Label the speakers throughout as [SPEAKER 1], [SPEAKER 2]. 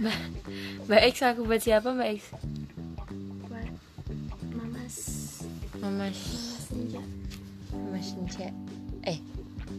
[SPEAKER 1] Mbak, Mbak X aku buat siapa Mbak X?
[SPEAKER 2] buat mamas
[SPEAKER 1] Mama
[SPEAKER 2] mamas senja
[SPEAKER 1] Mama Senja. Eh,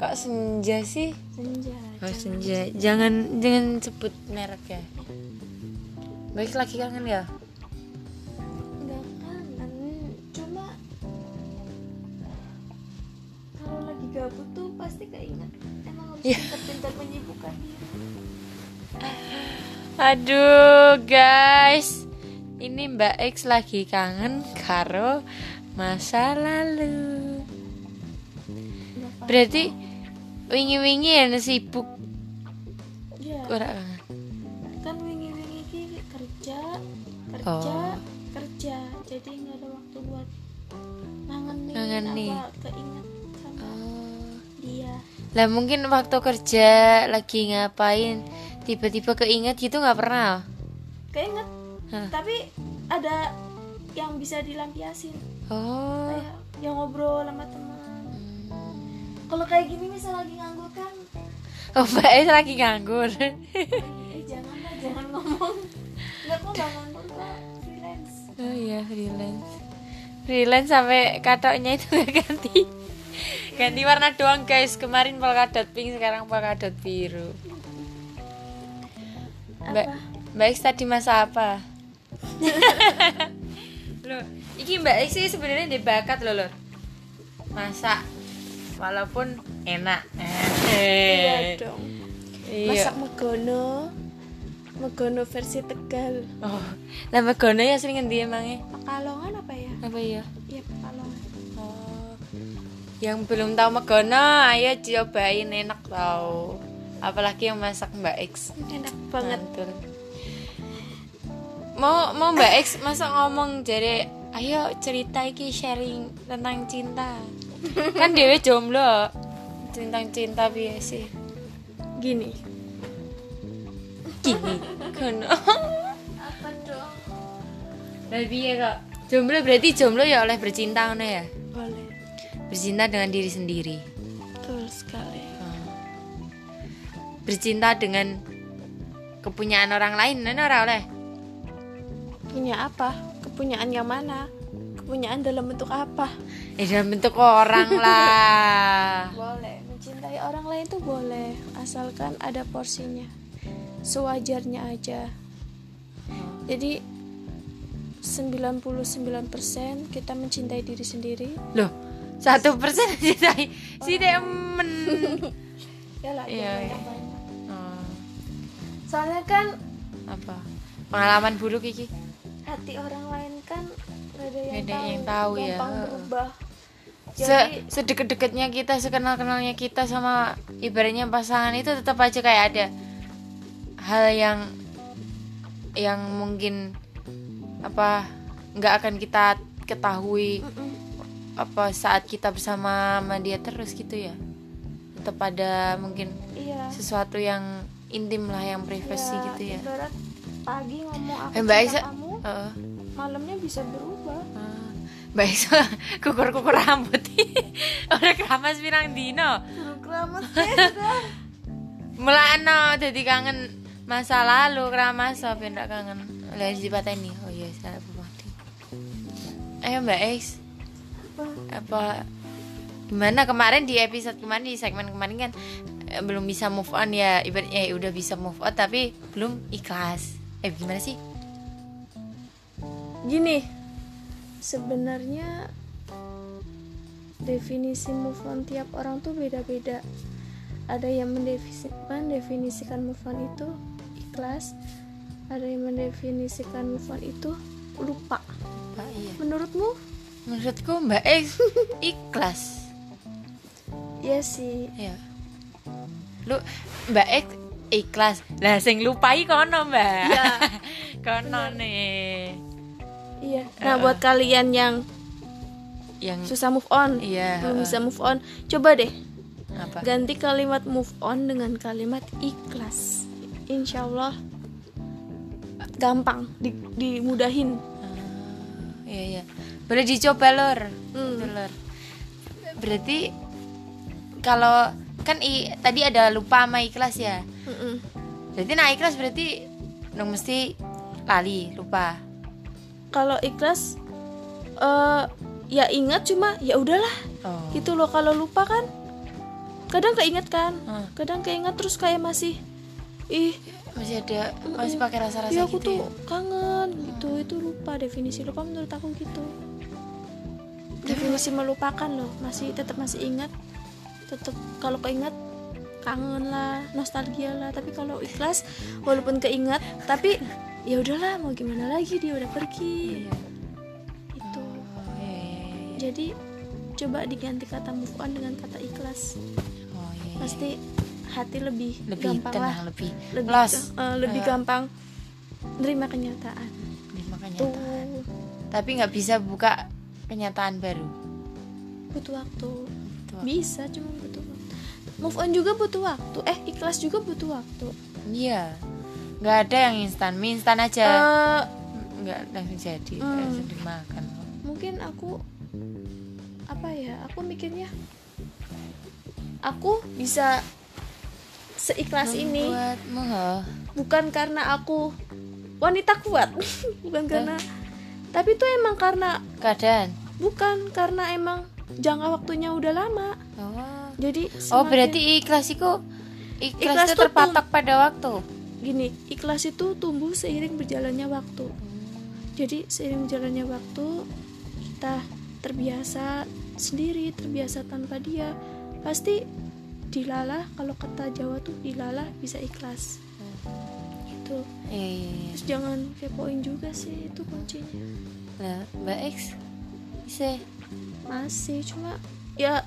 [SPEAKER 1] kok Senja sih?
[SPEAKER 2] senja
[SPEAKER 1] Oh,
[SPEAKER 2] jangan-
[SPEAKER 1] Senja. Jangan jangan sebut merek ya. Baik lagi kangen ya?
[SPEAKER 2] nggak kangen cuma kalau lagi gabut tuh pasti keinget emang harus
[SPEAKER 1] Iya.
[SPEAKER 2] pintar-pintar menyibukkan diri
[SPEAKER 1] Aduh, guys. Ini Mbak X lagi kangen karo masa lalu.
[SPEAKER 2] Nggak apa-
[SPEAKER 1] Berarti wingi-wingi ya sibuk
[SPEAKER 2] Iya.
[SPEAKER 1] ora kangen.
[SPEAKER 2] kan wingi-wingi ini kerja kerja
[SPEAKER 1] Oh.
[SPEAKER 2] kerja jadi nggak ada waktu buat nangenin,
[SPEAKER 1] Nangeni.
[SPEAKER 2] apa keinget sama
[SPEAKER 1] Oh.
[SPEAKER 2] dia
[SPEAKER 1] Lah mungkin waktu kerja lagi ngapain tiba-tiba keinget gitu nggak pernah.
[SPEAKER 2] keinget
[SPEAKER 1] Hah.
[SPEAKER 2] tapi ada yang bisa dilampiasin
[SPEAKER 1] Oh.
[SPEAKER 2] kayak yang ngobrol sama teman kalau kayak gini misal lagi nganggur kan
[SPEAKER 1] Hmm. Oh, Mbak X lagi nganggur.
[SPEAKER 2] eh jangan lah jangan ngomong nggak kok nggak nganggur kok freelance
[SPEAKER 1] oh iya, freelance. Freelance sampai katoknya itu nggak ganti. Ganti warna doang, guys. Kemarin polkadot pink, sekarang polkadot biru. Mbak
[SPEAKER 2] apa
[SPEAKER 1] Mbak X tadi masa apa? loh, iki Mbak X sih sebenarnya dia bakat loh, loh. Masak walaupun enak. Eh.
[SPEAKER 2] iya dong
[SPEAKER 1] Iya.
[SPEAKER 2] masak megono megono versi tegal
[SPEAKER 1] Oh, lah megono ya sering ngendi emangnya?
[SPEAKER 2] pekalongan apa ya
[SPEAKER 1] Apa ya?
[SPEAKER 2] iya pekalongan
[SPEAKER 1] Oh. Yang belum tahu megono, ayo cobain enak tau. Apalagi yang masak Mbak X.
[SPEAKER 2] enak banget
[SPEAKER 1] Mantul. Mau mau Mbak X masa ngomong jadi ayo cerita iki sharing tentang cinta. kan dewe jomblo. Tentang cinta piye sih?
[SPEAKER 2] gini
[SPEAKER 1] Gini. Kono.
[SPEAKER 2] apa dong
[SPEAKER 1] Lah piye kok? Jomblo berarti jomblo ya oleh bercinta ngono ya.
[SPEAKER 2] boleh
[SPEAKER 1] Bercinta dengan diri sendiri.
[SPEAKER 2] betul sekali
[SPEAKER 1] Eh, Bercinta dengan kepunyaan orang lain, nana ora oleh.
[SPEAKER 2] punya apa kepunyaan yang mana kepunyaan dalam bentuk apa
[SPEAKER 1] Eh dalam bentuk orang lah.
[SPEAKER 2] boleh mencintai orang lain tuh boleh asalkan ada porsinya sewajarnya aja jadi 99% kita mencintai diri sendiri
[SPEAKER 1] Loh, satu persen cintai si Demen.
[SPEAKER 2] ya lah
[SPEAKER 1] Iya,
[SPEAKER 2] jangan
[SPEAKER 1] iya.
[SPEAKER 2] banyak-banyak.
[SPEAKER 1] Oh,
[SPEAKER 2] soalnya kan
[SPEAKER 1] apa? Pengalaman buruk iki?
[SPEAKER 2] hati orang lain kan gak ada
[SPEAKER 1] Gak
[SPEAKER 2] yang,
[SPEAKER 1] ada
[SPEAKER 2] tahu,
[SPEAKER 1] yang tahu ya.
[SPEAKER 2] gampang berubah jadi
[SPEAKER 1] Se Sedekat-dekatnya kita, sekenal-kenalnya kita sama ibaratnya pasangan itu tetap aja kayak ada hal yang yang mungkin apa nggak akan kita ketahui
[SPEAKER 2] Mm-mm.
[SPEAKER 1] apa saat kita bersama sama dia terus gitu ya tetap ada mungkin
[SPEAKER 2] iya
[SPEAKER 1] sesuatu yang intim lah yang privasi
[SPEAKER 2] Iya,
[SPEAKER 1] gitu ya
[SPEAKER 2] ibarat pagi ngomong aku
[SPEAKER 1] Eh, Mbak
[SPEAKER 2] cinta
[SPEAKER 1] Aisyah,
[SPEAKER 2] kamu
[SPEAKER 1] Heeh.
[SPEAKER 2] malamnya bisa berubah
[SPEAKER 1] Ah, Mbak Iso kukur-kukur rambut Ora keramas pirang dino
[SPEAKER 2] suruh keramas sudah
[SPEAKER 1] Mulakno dadi kangen masa lalu keramas apa ndak kangen Lah dipateni Oh iya salah pemati Ayo Mbak Is apa gimana kemarin di episode kemarin di segmen kemarin kan eh, belum bisa move on ya ibaratnya eh, udah bisa move on tapi belum ikhlas eh gimana sih
[SPEAKER 2] gini sebenarnya definisi move on tiap orang tuh beda-beda ada yang mendefisi- mendefinisikan move on itu ikhlas ada yang mendefinisikan move on itu lupa
[SPEAKER 1] Pak iya
[SPEAKER 2] menurutmu
[SPEAKER 1] menurutku Mbak Is ikhlas
[SPEAKER 2] ya sih
[SPEAKER 1] Iya. Lu Mbak X ikhlas. Lah sing lupai kono, Mbak.
[SPEAKER 2] Iya.
[SPEAKER 1] kono nih.
[SPEAKER 2] iya nah buat kalian yang
[SPEAKER 1] Yang
[SPEAKER 2] susah move on
[SPEAKER 1] Iya, heeh.
[SPEAKER 2] belum bisa move on coba deh
[SPEAKER 1] apa?
[SPEAKER 2] ganti kalimat move on dengan kalimat ikhlas insya Allah gampang di- dimudahin
[SPEAKER 1] Ah, iya, iya. Boleh dicoba, Lur.
[SPEAKER 2] Hmm.
[SPEAKER 1] Gitu, Lur. Berarti kalau kan i, tadi ada lupa sama ikhlas ya.
[SPEAKER 2] Mm-mm.
[SPEAKER 1] Berarti nah ikhlas berarti nung mesti lali lupa
[SPEAKER 2] kalau ikhlas eh ya ingat cuma ya udahlah
[SPEAKER 1] oh
[SPEAKER 2] gitu loh kalau lupa kan kadang keinget kan
[SPEAKER 1] Hmm.
[SPEAKER 2] kadang keinget terus kayak masih ih
[SPEAKER 1] masih ada masih pakai rasa rasa
[SPEAKER 2] ya aku
[SPEAKER 1] gitu
[SPEAKER 2] tuh
[SPEAKER 1] ya?
[SPEAKER 2] kangen gitu itu lupa definisi lupa menurut aku gitu definisi melupakan loh masih tetap masih ingat tetap kalau keinget kangen lah nostalgia lah tapi kalau ikhlas walaupun keinget tapi ya udahlah mau gimana lagi dia udah pergi
[SPEAKER 1] Iya.
[SPEAKER 2] itu
[SPEAKER 1] Oh, iya, iya, iya.
[SPEAKER 2] jadi coba diganti kata move on dengan kata ikhlas
[SPEAKER 1] Oh, iya, iya.
[SPEAKER 2] pasti hati lebih,
[SPEAKER 1] lebih
[SPEAKER 2] gampang
[SPEAKER 1] tenang
[SPEAKER 2] lah
[SPEAKER 1] lebih
[SPEAKER 2] lebih
[SPEAKER 1] los
[SPEAKER 2] eh, lebih
[SPEAKER 1] Eh.
[SPEAKER 2] gampang nerima kenyataan
[SPEAKER 1] Nerima
[SPEAKER 2] tuh
[SPEAKER 1] kenyataan tapi nggak bisa buka kenyataan baru
[SPEAKER 2] butuh waktu
[SPEAKER 1] Tuh.
[SPEAKER 2] bisa cuma butuh waktu move on juga butuh waktu eh ikhlas juga butuh waktu
[SPEAKER 1] iya nggak ada yang instan mie instan aja
[SPEAKER 2] Eh,
[SPEAKER 1] nggak langsung jadi
[SPEAKER 2] Hmm.
[SPEAKER 1] langsung dimakan
[SPEAKER 2] mungkin aku apa ya aku mikirnya aku bisa seikhlas ini
[SPEAKER 1] Membuatmu, oh.
[SPEAKER 2] bukan karena aku wanita kuat bukan karena tapi itu emang karena
[SPEAKER 1] keadaan
[SPEAKER 2] bukan karena emang jangka waktunya udah lama
[SPEAKER 1] oh
[SPEAKER 2] jadi
[SPEAKER 1] oh
[SPEAKER 2] semakin-
[SPEAKER 1] berarti ikhlas itu
[SPEAKER 2] Ikhlas
[SPEAKER 1] ikhlas itu
[SPEAKER 2] tuh
[SPEAKER 1] terpatok pada waktu
[SPEAKER 2] gini ikhlas itu tumbuh seiring berjalannya waktu Hmm. jadi seiring berjalannya waktu kita terbiasa sendiri terbiasa tanpa dia pasti dilalah kalau kata Jawa tuh dilalah bisa ikhlas itu
[SPEAKER 1] Iya, iya, iya.
[SPEAKER 2] terus jangan kepoin juga sih itu kuncinya
[SPEAKER 1] Lah, Mbak X bisa
[SPEAKER 2] masih cuma ya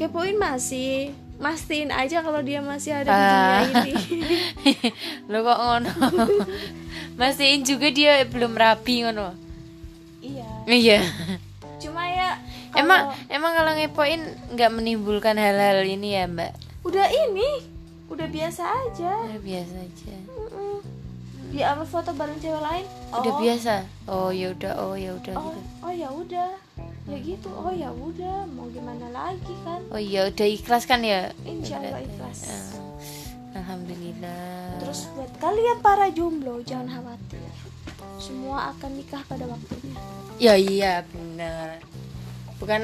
[SPEAKER 2] kepoin masih mastiin aja kalau dia masih ada di dunia
[SPEAKER 1] Ah.
[SPEAKER 2] ini
[SPEAKER 1] lo kok ngono mastiin juga dia belum rapi ngono
[SPEAKER 2] iya
[SPEAKER 1] iya
[SPEAKER 2] cuma ya kalau-
[SPEAKER 1] emang emang kalau ngepoin nggak menimbulkan hal-hal ini ya mbak
[SPEAKER 2] udah ini udah biasa aja
[SPEAKER 1] Udah biasa aja
[SPEAKER 2] Mm-mm. di upload foto bareng cewek lain
[SPEAKER 1] udah biasa oh ya udah oh ya udah
[SPEAKER 2] oh,
[SPEAKER 1] gitu.
[SPEAKER 2] oh ya udah ya gitu oh ya udah mau gimana lagi kan
[SPEAKER 1] oh ya udah ikhlas kan ya
[SPEAKER 2] Insya Allah
[SPEAKER 1] Udah.
[SPEAKER 2] ikhlas.
[SPEAKER 1] Ah, alhamdulillah
[SPEAKER 2] terus buat kalian para jomblo jangan khawatir semua akan nikah pada waktunya
[SPEAKER 1] ya iya benar bukan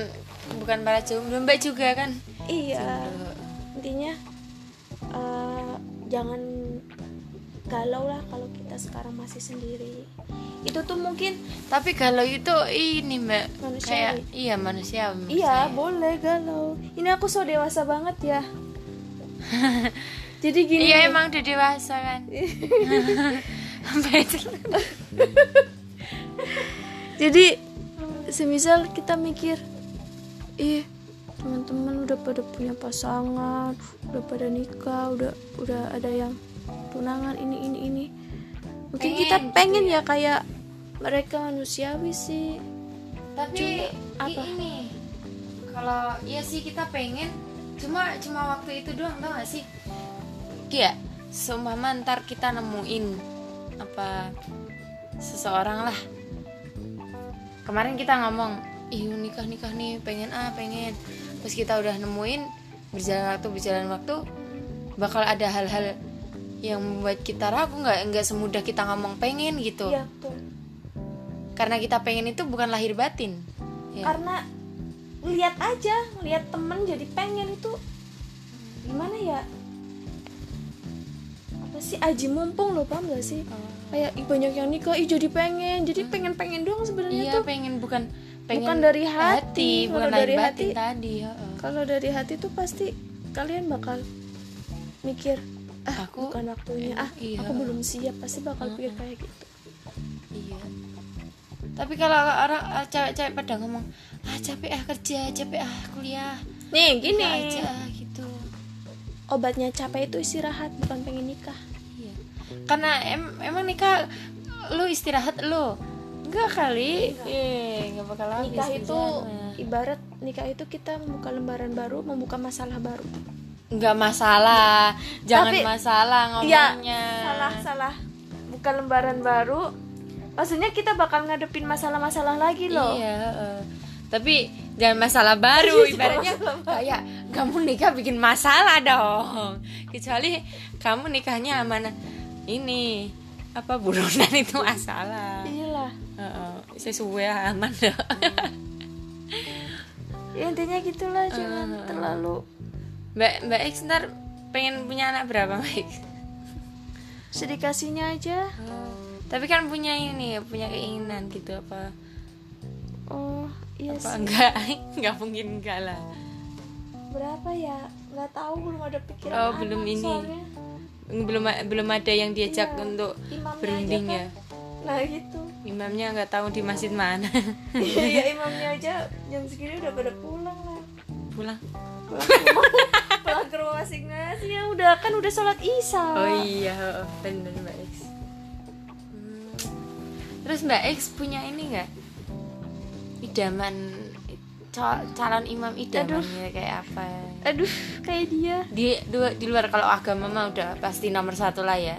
[SPEAKER 1] bukan para jomblo mbak juga kan
[SPEAKER 2] iya
[SPEAKER 1] Jomblo.
[SPEAKER 2] intinya eh, jangan galau lah kalau kita sekarang masih sendiri itu tuh mungkin
[SPEAKER 1] tapi kalau itu ini mbak kayak
[SPEAKER 2] Manusiawi.
[SPEAKER 1] iya manusia menurut
[SPEAKER 2] Iya,
[SPEAKER 1] saya.
[SPEAKER 2] boleh galau. Ini aku so dewasa banget ya. Jadi gini.
[SPEAKER 1] Iya emang udah dewasa kan. Sampai itu.
[SPEAKER 2] Jadi semisal kita mikir, ih teman-teman udah pada punya pasangan, udah pada nikah, udah udah ada yang tunangan ini ini ini. Mungkin
[SPEAKER 1] Pengen
[SPEAKER 2] kita pengen ya kayak mereka manusiawi sih.
[SPEAKER 1] Tapi
[SPEAKER 2] Cuma apa?
[SPEAKER 1] i- ini kalau ya sih kita pengen cuma cuma waktu itu doang tau gak sih? Iya. Seumpama ntar kita nemuin apa seseorang lah. Kemarin kita ngomong, ih nikah nikah nih pengen ah pengen. Terus kita udah nemuin berjalan waktu berjalan waktu bakal ada hal-hal yang membuat kita ragu nggak nggak semudah kita ngomong pengen gitu
[SPEAKER 2] Iya, tuh.
[SPEAKER 1] karena kita pengen itu bukan lahir batin ya.
[SPEAKER 2] Karena lihat aja, lihat temen jadi pengen itu gimana ya? Apa sih aji mumpung loh paham
[SPEAKER 1] Oh.
[SPEAKER 2] gak sih? Kayak ih, banyak yang nikah, ih jadi pengen, jadi pengen-pengen doang sebenarnya
[SPEAKER 1] Hmm. iya
[SPEAKER 2] tuh.
[SPEAKER 1] pengen bukan pengen
[SPEAKER 2] Bukan dari hati, kalau
[SPEAKER 1] bukan lahir
[SPEAKER 2] dari
[SPEAKER 1] batin
[SPEAKER 2] hati-
[SPEAKER 1] tadi heeh.
[SPEAKER 2] Kalau dari hati tuh pasti kalian bakal mikir, ah
[SPEAKER 1] Aku-
[SPEAKER 2] bukan waktunya, ah
[SPEAKER 1] iya. Hmm.
[SPEAKER 2] aku belum siap, pasti bakal pikir kayak gitu.
[SPEAKER 1] iya tapi kalau orang ah, cewek-cewek pada ngomong ah capek ah kerja capek ah kuliah
[SPEAKER 2] Nih
[SPEAKER 1] ini
[SPEAKER 2] gini,
[SPEAKER 1] aja ah," gitu
[SPEAKER 2] obatnya capek itu istirahat, bukan pengen nikah.
[SPEAKER 1] iya karena em- emang nikah lu istirahat lu enggak kali eh nggak bakal habis
[SPEAKER 2] nikah itu
[SPEAKER 1] kerjaan.
[SPEAKER 2] ibarat nikah itu kita membuka lembaran baru membuka masalah baru
[SPEAKER 1] nggak masalah jangan
[SPEAKER 2] Tapi- iya,
[SPEAKER 1] masalah ngomongnya
[SPEAKER 2] salah salah buka lembaran baru maksudnya kita bakal ngadepin masalah-masalah lagi loh
[SPEAKER 1] iya eh. tapi jangan masalah baru
[SPEAKER 2] Iya,
[SPEAKER 1] ibaratnya
[SPEAKER 2] jangan masalah
[SPEAKER 1] kayak kamu nikah bikin masalah dong kecuali kamu nikahnya sama na- ini apa buronan itu masalah
[SPEAKER 2] iyalah
[SPEAKER 1] Heeh, sesuai aman dah
[SPEAKER 2] ya, intinya gitulah jangan
[SPEAKER 1] Eh.
[SPEAKER 2] terlalu
[SPEAKER 1] mbak mbak X ntar pengen punya anak berapa mbak X?
[SPEAKER 2] sedikasinya aja
[SPEAKER 1] tapi kan punya ini punya keinginan gitu apa
[SPEAKER 2] oh iya
[SPEAKER 1] apa
[SPEAKER 2] sih
[SPEAKER 1] enggak enggak mungkin enggak lah
[SPEAKER 2] berapa ya nggak tahu belum ada pikiran
[SPEAKER 1] Oh,
[SPEAKER 2] anak
[SPEAKER 1] belum ini.
[SPEAKER 2] soalnya.
[SPEAKER 1] belum belum ada yang diajak
[SPEAKER 2] Iya,
[SPEAKER 1] untuk
[SPEAKER 2] imamnya
[SPEAKER 1] berunding
[SPEAKER 2] aja
[SPEAKER 1] ya
[SPEAKER 2] kan. nah gitu
[SPEAKER 1] imamnya nggak tahu di masjid mana
[SPEAKER 2] ya imamnya aja jam segini udah pada pulang lah
[SPEAKER 1] pulang
[SPEAKER 2] pulang ke rumah pulang ke rumah masing-masing ya udah kan udah sholat isya
[SPEAKER 1] oh iya oh, bener mbak X Hmm. terus mbak X punya ini nggak idaman cal- calon imam idamannya kayak apa
[SPEAKER 2] aduh kayak dia
[SPEAKER 1] di dua- di luar kalau agama mah udah pasti nomor satu lah ya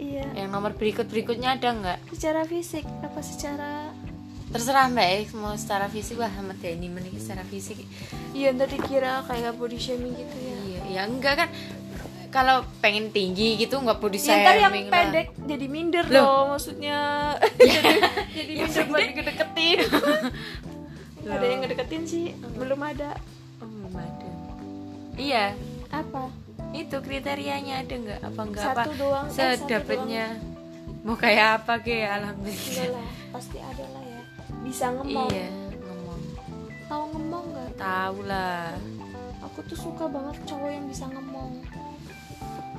[SPEAKER 2] iya
[SPEAKER 1] yang nomor berikut berikutnya ada nggak
[SPEAKER 2] secara fisik apa secara
[SPEAKER 1] terserah mbak X mau secara fisik wah Ahmad Dhani menikah secara fisik
[SPEAKER 2] iya ntar dikira kayak body shaming gitu ya
[SPEAKER 1] iya ya enggak kan kalau pengen tinggi gitu nggak perlu
[SPEAKER 2] Ya, ntar yang
[SPEAKER 1] disayang
[SPEAKER 2] pendek jadi minder
[SPEAKER 1] Loh.
[SPEAKER 2] loh Ya. maksudnya jadi jadi minder buat dideketin ada yang ngedeketin sih belum ada
[SPEAKER 1] oh, belum ada iya
[SPEAKER 2] apa
[SPEAKER 1] itu kriterianya ada nggak apa enggak apa
[SPEAKER 2] Satu doang, eh, satu
[SPEAKER 1] sedapatnya mau kayak apa ke alhamdulillah
[SPEAKER 2] enggak lah pasti ada lah ya bisa ngemong
[SPEAKER 1] iya ngomong
[SPEAKER 2] tahu ngemong nggak
[SPEAKER 1] tahu lah
[SPEAKER 2] aku tuh suka banget cowok yang bisa ngemong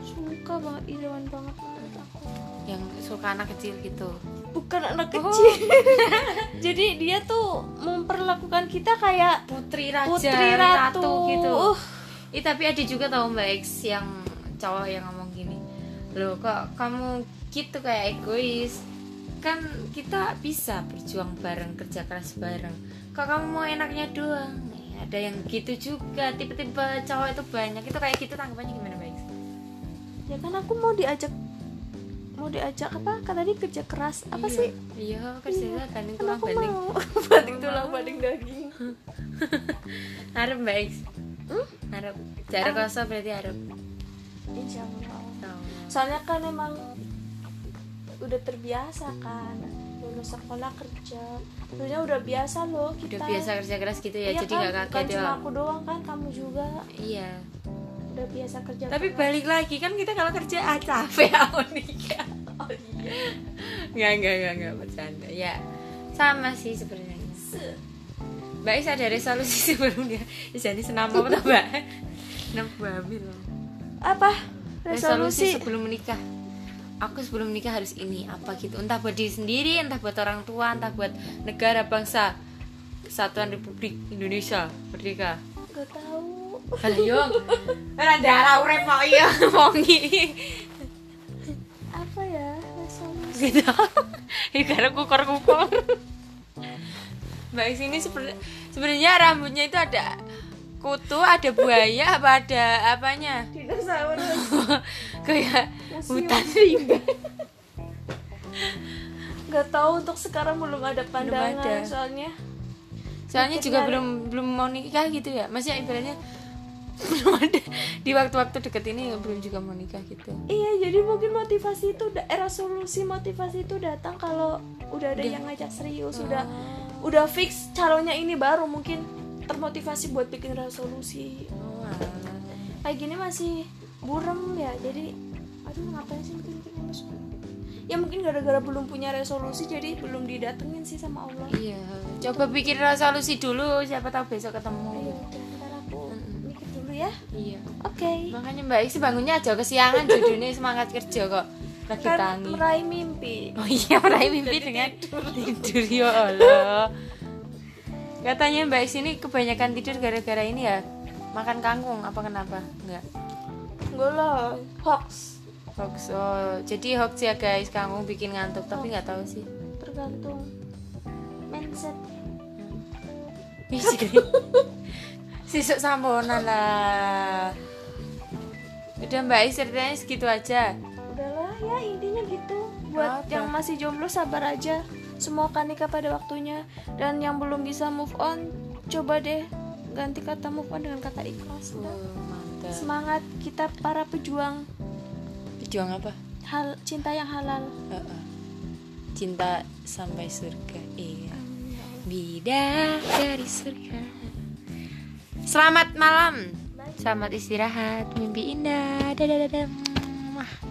[SPEAKER 2] suka banget irawan banget menurut aku
[SPEAKER 1] yang suka anak kecil gitu
[SPEAKER 2] bukan anak
[SPEAKER 1] Oh.
[SPEAKER 2] kecil jadi dia tuh memperlakukan kita kayak
[SPEAKER 1] putri raja
[SPEAKER 2] Putri ratu.
[SPEAKER 1] gitu
[SPEAKER 2] Uh.
[SPEAKER 1] Ih, tapi ada juga tau mbak X yang cowok yang ngomong gini loh kok kamu gitu kayak egois kan kita bisa berjuang bareng kerja keras bareng kok kamu mau enaknya doang Nih, ada yang gitu juga tiba-tiba cowok itu banyak itu kayak gitu tanggapannya gimana mbak X
[SPEAKER 2] ya kan aku mau diajak mau diajak apa kan tadi kerja keras apa sih
[SPEAKER 1] iya kerja keras banding
[SPEAKER 2] kan
[SPEAKER 1] tulang
[SPEAKER 2] aku
[SPEAKER 1] banding
[SPEAKER 2] mau banding
[SPEAKER 1] Iya.
[SPEAKER 2] tulang banding daging
[SPEAKER 1] harap mbak X
[SPEAKER 2] Hmm?
[SPEAKER 1] harap
[SPEAKER 2] Ah.
[SPEAKER 1] jarak kosong berarti harap
[SPEAKER 2] insya allah
[SPEAKER 1] Tahu.
[SPEAKER 2] soalnya kan emang udah terbiasa kan lulus sekolah kerja sebenarnya udah biasa loh kita
[SPEAKER 1] udah biasa kerja keras gitu ya
[SPEAKER 2] Iya
[SPEAKER 1] jadi
[SPEAKER 2] kan,
[SPEAKER 1] nggak
[SPEAKER 2] bukan
[SPEAKER 1] kaget ya
[SPEAKER 2] cuma aku doang kan kamu juga
[SPEAKER 1] iya
[SPEAKER 2] udah biasa kerja
[SPEAKER 1] tapi
[SPEAKER 2] keras.
[SPEAKER 1] balik lagi kan kita kalau kerja ah, capek aku nikah
[SPEAKER 2] oh iya
[SPEAKER 1] nggak nggak nggak nggak bercanda ya sama sih sebenarnya mbak Is ada resolusi sebelumnya jadi senam apa tuh mbak senam babi loh
[SPEAKER 2] apa
[SPEAKER 1] resolusi
[SPEAKER 2] resolusi,
[SPEAKER 1] sebelum menikah aku sebelum menikah harus ini apa gitu entah buat diri sendiri entah buat orang tua entah buat negara bangsa kesatuan Republik Indonesia merdeka
[SPEAKER 2] gak tahu
[SPEAKER 1] Halo Yung. Ora ndara urip kok iya wongi.
[SPEAKER 2] apa ya resolusi
[SPEAKER 1] Gitu. Ya gara kukor-kukor. Mbak Is ini sebenarnya sebenarnya rambutnya itu ada kutu, ada buaya, apa ada apanya?
[SPEAKER 2] dinosaurus
[SPEAKER 1] Kayak
[SPEAKER 2] Museum.
[SPEAKER 1] hutan rimba.
[SPEAKER 2] nggak tahu untuk sekarang belum ada pandangan
[SPEAKER 1] ada.
[SPEAKER 2] soalnya
[SPEAKER 1] Soalnya juga belum belum mau nikah gitu ya. Maksudnya ibaratnya belum ada di waktu-waktu deket ini belum juga mau nikah gitu.
[SPEAKER 2] iya jadi mungkin motivasi itu da- eh, resolusi motivasi itu datang kalau udah Oh. ada yang ngajak serius udah udah fix calonnya ini baru mungkin termotivasi buat bikin resolusi kayak gini masih burem ya jadi aduh ngapain sih bikin bikin resolusi ya mungkin gara-gara belum punya resolusi jadi belum didatengin sih sama Allah
[SPEAKER 1] Iya, coba pikir resolusi dulu, siapa tahu besok ketemu.
[SPEAKER 2] Ayo, udah, ntar aku mikir dulu ya.
[SPEAKER 1] Iya.
[SPEAKER 2] Oke.
[SPEAKER 1] Makanya Mbak Iksi bangunnya aja kesiangan judulnya semangat kerja kok. Lagi
[SPEAKER 2] Kan
[SPEAKER 1] tangi.
[SPEAKER 2] meraih mimpi.
[SPEAKER 1] Oh iya, meraih mimpi dengan tidur ya Allah. Katanya Mbak Iksi ini kebanyakan tidur gara-gara ini ya. Makan kangkung apa kenapa? Enggak.
[SPEAKER 2] Enggak lah, hoax.
[SPEAKER 1] Hoax. Oh, jadi hoax ya guys, kangkung bikin ngantuk tapi nggak tahu sih.
[SPEAKER 2] Tergantung mindset.
[SPEAKER 1] Ih, Iya sih. Sisuk samponan lah. Udah Mbak Iksi ceritanya segitu aja.
[SPEAKER 2] Udahlah ya intinya gitu. Buat
[SPEAKER 1] Apa?
[SPEAKER 2] yang masih jomblo sabar aja. Semua akan nikah pada waktunya dan yang belum bisa move on coba deh ganti kata move on dengan kata
[SPEAKER 1] Iya.
[SPEAKER 2] ikhlas.
[SPEAKER 1] Oh, mantap.
[SPEAKER 2] Semangat kita para pejuang
[SPEAKER 1] Pejuang apa?
[SPEAKER 2] hal cinta yang halal
[SPEAKER 1] Heeh. Cinta sampai surga. Iya.
[SPEAKER 2] Amin, ya Allah.
[SPEAKER 1] Bidah dari surga. Selamat malam. Selamat istirahat. Mimpi indah. Dadah dadah. Muah.